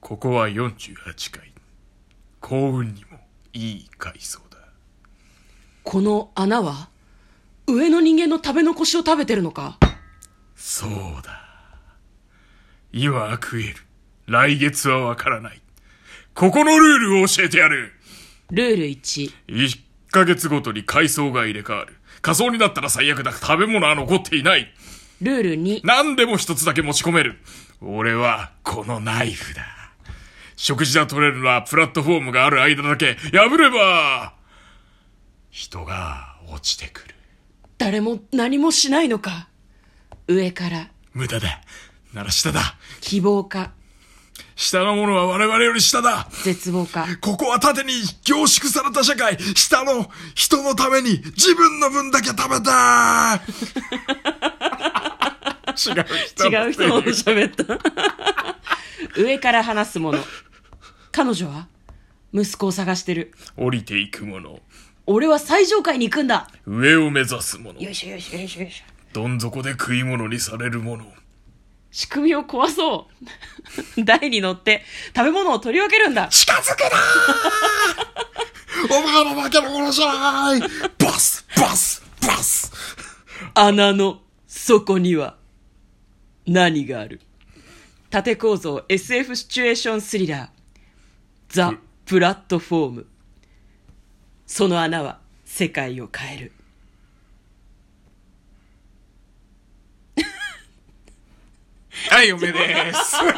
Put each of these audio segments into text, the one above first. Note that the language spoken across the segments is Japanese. ここは48階幸運にもいい階層だこの穴は上の人間の食べ残しを食べてるのかそうだ今は食える来月はわからないここのルールを教えてやるルール1 1ヶ月ごとに階層が入れ替わる仮想になったら最悪だ食べ物は残っていないルール2何でも一つだけ持ち込める。俺は、このナイフだ。食事が取れるのはプラットフォームがある間だけ、破れば、人が落ちてくる。誰も何もしないのか上から無駄だ。なら下だ。希望か下のものは我々より下だ。絶望かここは縦に凝縮された社会。下の人のために自分の分だけ食べた 違う人違う人の喋った 上から話すもの彼女は息子を探してる降りていくもの。俺は最上階に行くんだ上を目指すもの。よいしょよいしょよいしょよいしょどん底で食い物にされるもの。仕組みを壊そう台に乗って食べ物を取り分けるんだ近づくなーお前らだけのものじゃないバスバスバス穴の底には何がある縦構造 SF シチュエーションスリラーザ・プラットフォームその穴は世界を変えるはい、嫁です。は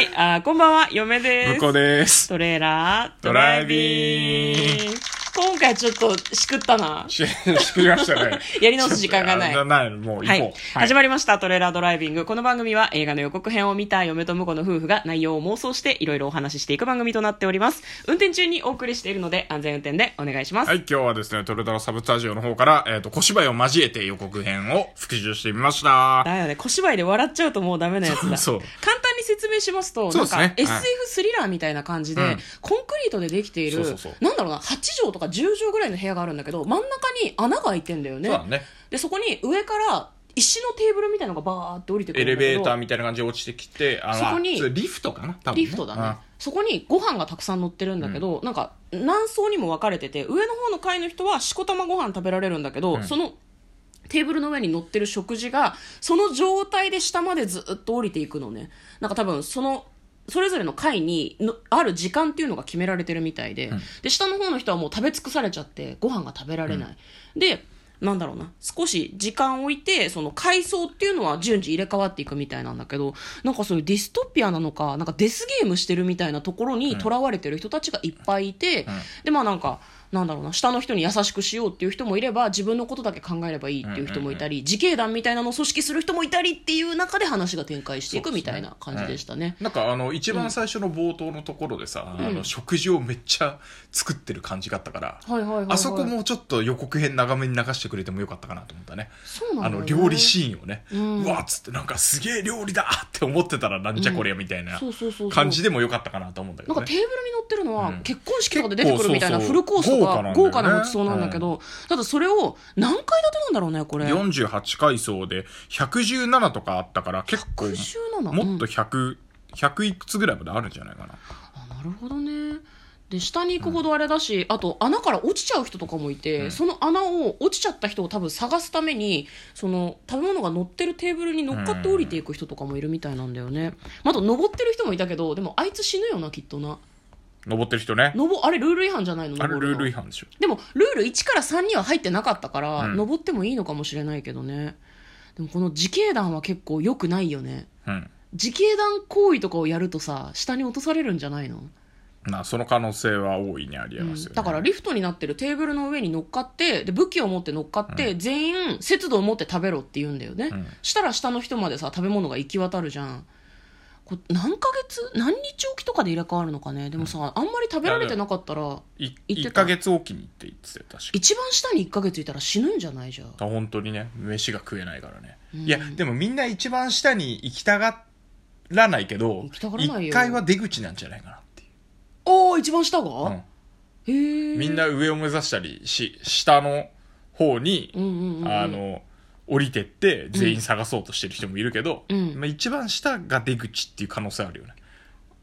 いあーこんばんは嫁です向こうです。トレーラードドライビング今回ちょっとしくったなし、しくりましたね。 やり直す時間がないちょっとあない、もう行こう。は、はいい。始まりました「トレーラードライビング」この番組は映画の予告編を見た嫁と婿の夫婦が内容を妄想していろいろお話ししていく番組となっております運転中にお送りしているので安全運転でお願いしますはい、今日はですね、トレタラサブスタジオの方から、えっ、と、小芝居を交えて予告編を復習してみました。だよね小芝居で笑っちゃうともうダメなやつだ そうそう簡単に説明しますとそうですねなんはいか SF スリラーみたいな感じで、うんコンクリートでできているそうそうそうなんだろうな8畳とか10畳ぐらいの部屋があるんだけど真ん中に穴が開いてんだよねそうだね。でそこに上から石のテーブルみたいなのがバーって降りてくエるんレだけどベーターみたいな感じで落ちてきて、あの、そこにあリフトかな多分、リフトだね、そこにご飯がたくさん乗ってるんだけど、なんか何層にも分かれてて上の方の階の人はしこたまご飯食べられるんだけど、うんそのテーブルの上に乗ってる食事がその状態で下までずっと降りていくのねなんか多分そのそれぞれの階にのある時間っていうのが決められてるみたいで,、んで下の方の人はもう食べ尽くされちゃってご飯が食べられない、でなんだろうな少し時間を置いてその階層っていうのは順次入れ替わっていくみたいなんだけどなんかそういうディストピアなのかなんかデスゲームしてるみたいなところにとらわれてる人たちがいっぱいいて、んでまあなんかなんだろうな下の人に優しくしようっていう人もいれば自分のことだけ考えればいいっていう人もいたり、自警団みたいなのを組織する人もいたりっていう中で話が展開していくみたいな感じでしたね。なんかあの一番最初の冒頭のところでさ、うんあの食事をめっちゃ作ってる感じがあったから、はいはいはいはいあそこもうちょっと予告編長めに流してくれてもよかったかなと思ったねそうなあんだよのね料理シーンをね、うんわっつってなんかすげえ料理だって思ってたらなんじゃこりゃみたいなそうそうそうそう感じでもよかったかなと思うんだけなんどかねテーブルに乗ってるのは、うん結婚式とかで出てくるみたいな結フ構そルうそうコースとか豪豪華華なんだよねなごちそうなんだけど、ただそれを何階建てなんだろうねこれ48階層で117とかあったから結構117もっと100、100いくつぐらいまであるんじゃないかなあなるほどねで下に行くほどあれだし、あと穴から落ちちゃう人とかもいて、うんその穴を落ちちゃった人を多分探すためにその食べ物が乗ってるテーブルに乗っかって降りていく人とかもいるみたいなんだよね、まあ、あと登ってる人もいたけどでもあいつ死ぬよなきっとな登ってる人ねのぼあれルール違反じゃないのあれ登ルるのール違反でしょでもルール1から3には入ってなかったから、うん登ってもいいのかもしれないけどねでもこの自警団は結構良くないよねうん自警団行為とかをやるとさ下に落とされるんじゃないの、まあその可能性は大いにありえますよね、だからリフトになってるテーブルの上に乗っかってで武器を持って乗っかって、全員節度を持って食べろって言うんだよね、うんしたら下の人までさ食べ物が行き渡るじゃんこれ何ヶ月何日おきとかで入れ替わるのかねでもさ、あんまり食べられてなかったらい言って1たヶ月おきにって言ってたよ確か一番下に1ヶ月いたら死ぬんじゃないじゃんあ本当にね飯が食えないからね、うんいやでもみんな一番下に行きたがらないけど行きたがらないよ1階は出口なんじゃないかなっていうおー一番下が、うん、へえみんな上を目指したりし下の方に、うんうんうんうんあの降りてって全員探そうとしてる人もいるけど、うんまあ、一番下が出口っていう可能性あるよね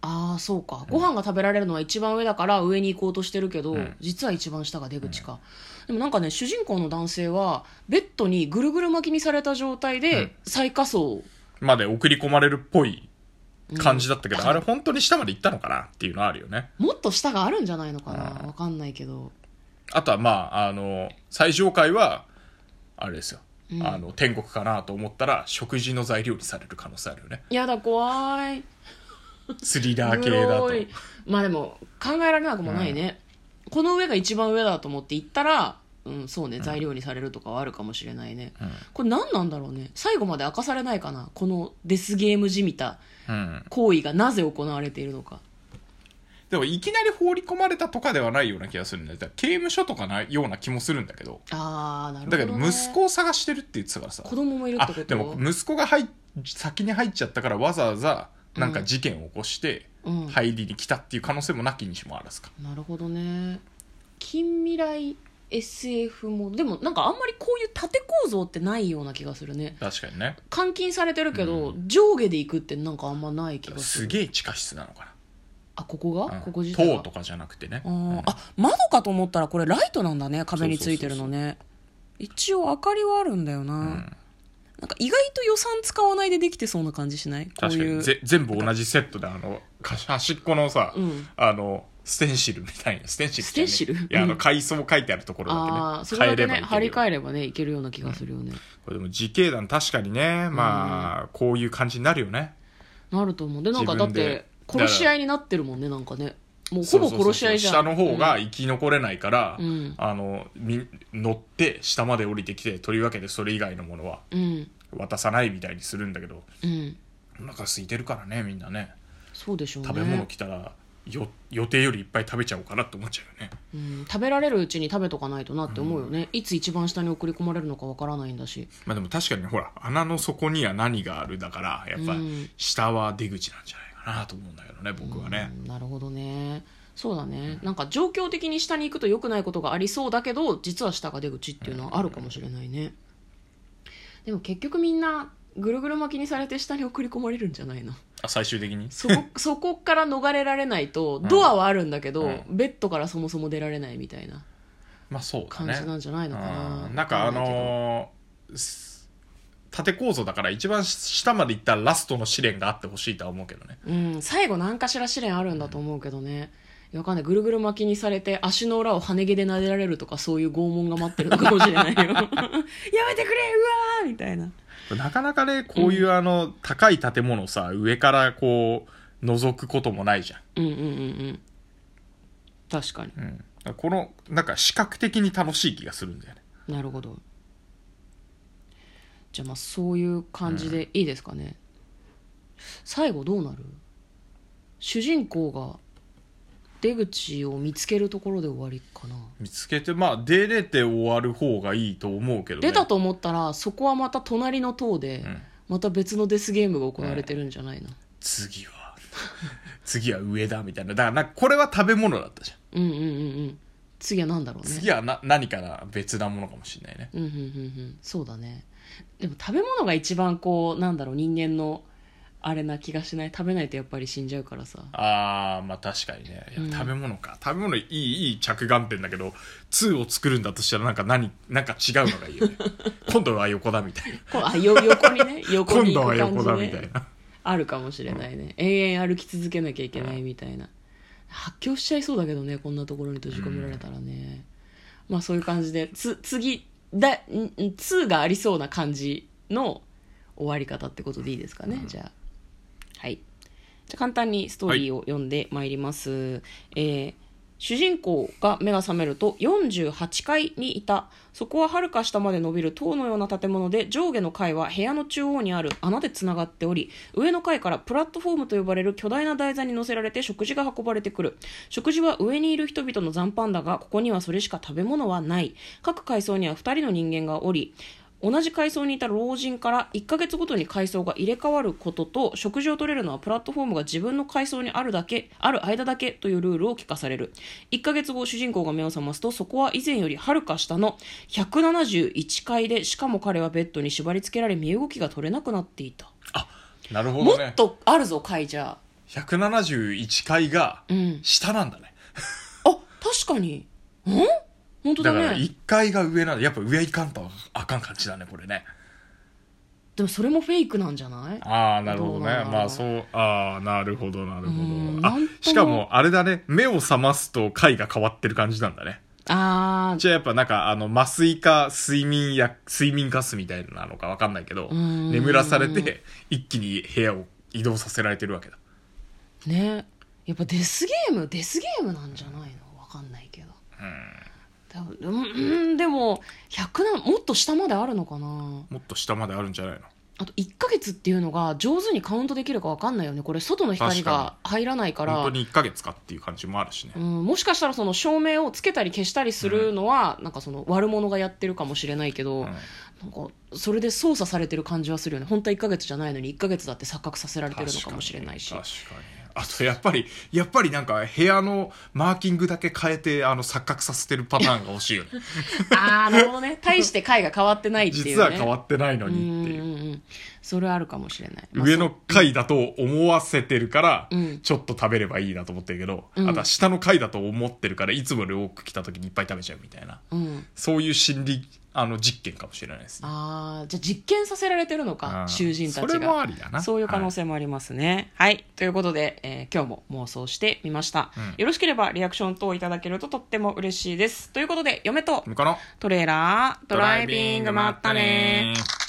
ああそうかご飯が食べられるのは一番上だから上に行こうとしてるけど、ん実は一番下が出口か、でもなんかね主人公の男性はベッドにぐるぐる巻きにされた状態で、うん最下層まで送り込まれるっぽい感じだったけど、うんあれ本当に下まで行ったのかなっていうのはあるよねもっと下があるんじゃないのかなうんわかんないけどあとはまああの最上階はあれですよ、うんあの天国かなと思ったら食事の材料にされる可能性あるよ ねやだ怖いスリラー系だと黒いまあでも考えられなくもないね、この上が一番上だと思って行ったらうんそうね材料にされるとかはあるかもしれないね、んこれ何なんだろうね最後まで明かされないかなこのデスゲームじみたうん、行為がなぜ行われているのかでもいきなり放り込まれたとかではないような気がするんだよだから刑務所とかなような気もするんだけどああなるほど、だけね、ど息子を探してるって言ってたからさ子供もいるってあことでも息子が入っ先に入っちゃったからわざわざなんか事件を起こしてうん入りに来たっていう可能性もなきにしもあらずか、なるほどね近未来 SF もでもなんかあんまりこういう縦構造ってないような気がするね確かにね監禁されてるけど、上下で行くってなんかあんまない気がすするげえ地下室なのかあここが、なここ自体が塔とかじゃなくてねあうーんあ窓かと思ったらこれライトなんだね壁についてるのね一応明かりはあるんだよな、んなんか意外と予算使わないでできてそうな感じしないこう確かいうにぜ全部同じセットであのか端っこのさ、うんあのステンシルみたいなステンシルじゃねえステンシルいやあうのん階層書いてあるところあだあけそねれだけねい張けりるよ替えればねいけるような気がするよね、これでも自警団確かにねまあ、こういう感じになるよねなると思うでなんかだっ自分てで殺し合いになってるもんねなんかねもうほぼ殺し合いじゃんそうそうそう下の方が生き残れないから、うんあのみ乗って下まで降りてきてとりわけでそれ以外のものはうん渡さないみたいにするんだけどうん、うん、お腹空いてるからねみんなねそうでしょうね食べ物来たら、よ予定よりいっぱい食べちゃおうかなって思っちゃうよねうん、食べられるうちに食べとかないとなって思うよね、いつ一番下に送り込まれるのかわからないんだしまあでも確かにほら穴の底には何があるだからやっぱうん下は出口なんじゃないかなと思うんだけどね僕はね、うんなるほどねそうだね、なんか状況的に下に行くと良くないことがありそうだけど実は下が出口っていうのはあるかもしれないね、でも結局みんなぐるぐる巻きにされて下に送り込まれるんじゃないのあ最終的に そこそこから逃れられないとドアはあるんだけど、うんベッドからそもそも出られないみたいなまあそうだ感ねじなんじゃないのかな、うんなんかあのーす縦構造だから一番下まで行ったらラストの試練があってほしいとは思うけどねうん、最後何かしら試練あるんだと思うけどね、いやわかんないぐるぐる巻きにされて足の裏を跳ね毛で撫でられるとかそういう拷問が待ってるのかもしれ ないよやめてくれうわーみたいななかなかねこういうあの、高い建物をさ上からこう覗くこともないじゃんうんうんうんうん確かにうん、このなんか視覚的に楽しい気がするんだよねなるほどじゃあまあそういう感じでいいですかね、最後どうなる主人公が出口を見つけるところで終わりかな見つけてまあ出れて終わる方がいいと思うけど、ね、出たと思ったらそこはまた隣の塔で、んまた別のデスゲームが行われてるんじゃないの、次は 次は上だみたいなだからなんかこれは食べ物だったじゃんうん、うんうんうん次は何だろうね次はな何かな別なものかもしれないねうんうんうんうんそうだねでも食べ物が一番こうなんだろう人間のあれな気がしない食べないとやっぱり死んじゃうからさあーまあ確かにねいやうん食べ物か、食べ物いいいい着眼点だけど2を作るんだとしたらなんか何なんか違うのがいいよ ね今度は横だみたいなこうあよ横に ね横今に度行はく感横じ、だね、みたいなあるかもしれないね、永遠歩き続けなきゃいけないみたいな、発狂しちゃいそうだけどねこんなところに閉じ込められたらね、まあそういう感じでつ次だんん2がありそうな感じの終わり方ってことでいいですかね、じゃあはいじゃあ簡単にストーリーを読んでまいります、えー主人公が目が覚めると48階にいたそこははるか下まで伸びる塔のような建物で上下の階は部屋の中央にある穴でつながっており上の階からプラットフォームと呼ばれる巨大な台座に乗せられて食事が運ばれてくる食事は上にいる人々の残飯だがここにはそれしか食べ物はない各階層には2人の人間がおり同じ階層にいた老人から1ヶ月ごとに階層が入れ替わることと食事を取れるのはプラットフォームが自分の階層にあるだけある間だけというルールを聞かされる1ヶ月後主人公が目を覚ますとそこは以前よりはるか下の171階でしかも彼はベッドに縛り付けられ身動きが取れなくなっていた、なるほもどねっとあるぞ階じゃ171階がうん下なんだね、あ確かにん本当だだねから1階が上なんだやっぱ上行かんとあかん感じだねこれねでもそれもフェイクなんじゃないああなるほどどうなねんだろうまあそうああなるほどなるほうんどあなんともしかもあれだね目を覚ますと階が変わってる感じなんだねあーじゃあやっぱなんかあの麻酔か睡眠や睡眠かすみたいなのかわかんないけどん眠らされて一気に部屋を移動させられてるわけだねやっぱデスゲームデスゲームなんじゃないのわかんないけど多分うんうんでも100なもっと下まであるのかなもっと下まであるんじゃないのあと1ヶ月っていうのが上手にカウントできるかわかんないよねこれ外の光が入らないから本当に1ヶ月かっていう感じもあるしねうん、もしかしたらその照明をつけたり消したりするのは、なんかその悪者がやってるかもしれないけど、うんなんかそれで操作されてる感じはするよね本当は1ヶ月じゃないのに1ヶ月だって錯覚させられてるのかもしれないし確かにあとやっぱりやっぱりなんか部屋のマーキングだけ変えてあの錯覚させてるパターンが欲 しいよねああなるほどね大して回が変わってないっていう、ね、実は変わってないのうんにっていううんうんそれはあるかもしれない、まあ上の階だと思わせてるから、うんちょっと食べればいいなと思ってるけど、うんあとは下の階だと思ってるからいつもより多く来た時にいっぱい食べちゃうみたいなそううんそういう心理あの実験かもしれないですねああじゃあ実験させられてるのうかん囚人たちがそれもありだなそういう可能性もありますねはい、ということで、えー今日も妄想してみました、うんよろしければリアクション等いただけるととっても嬉しいですということで嫁とはい向こうのトレーラードライビングまったねドライビングまったね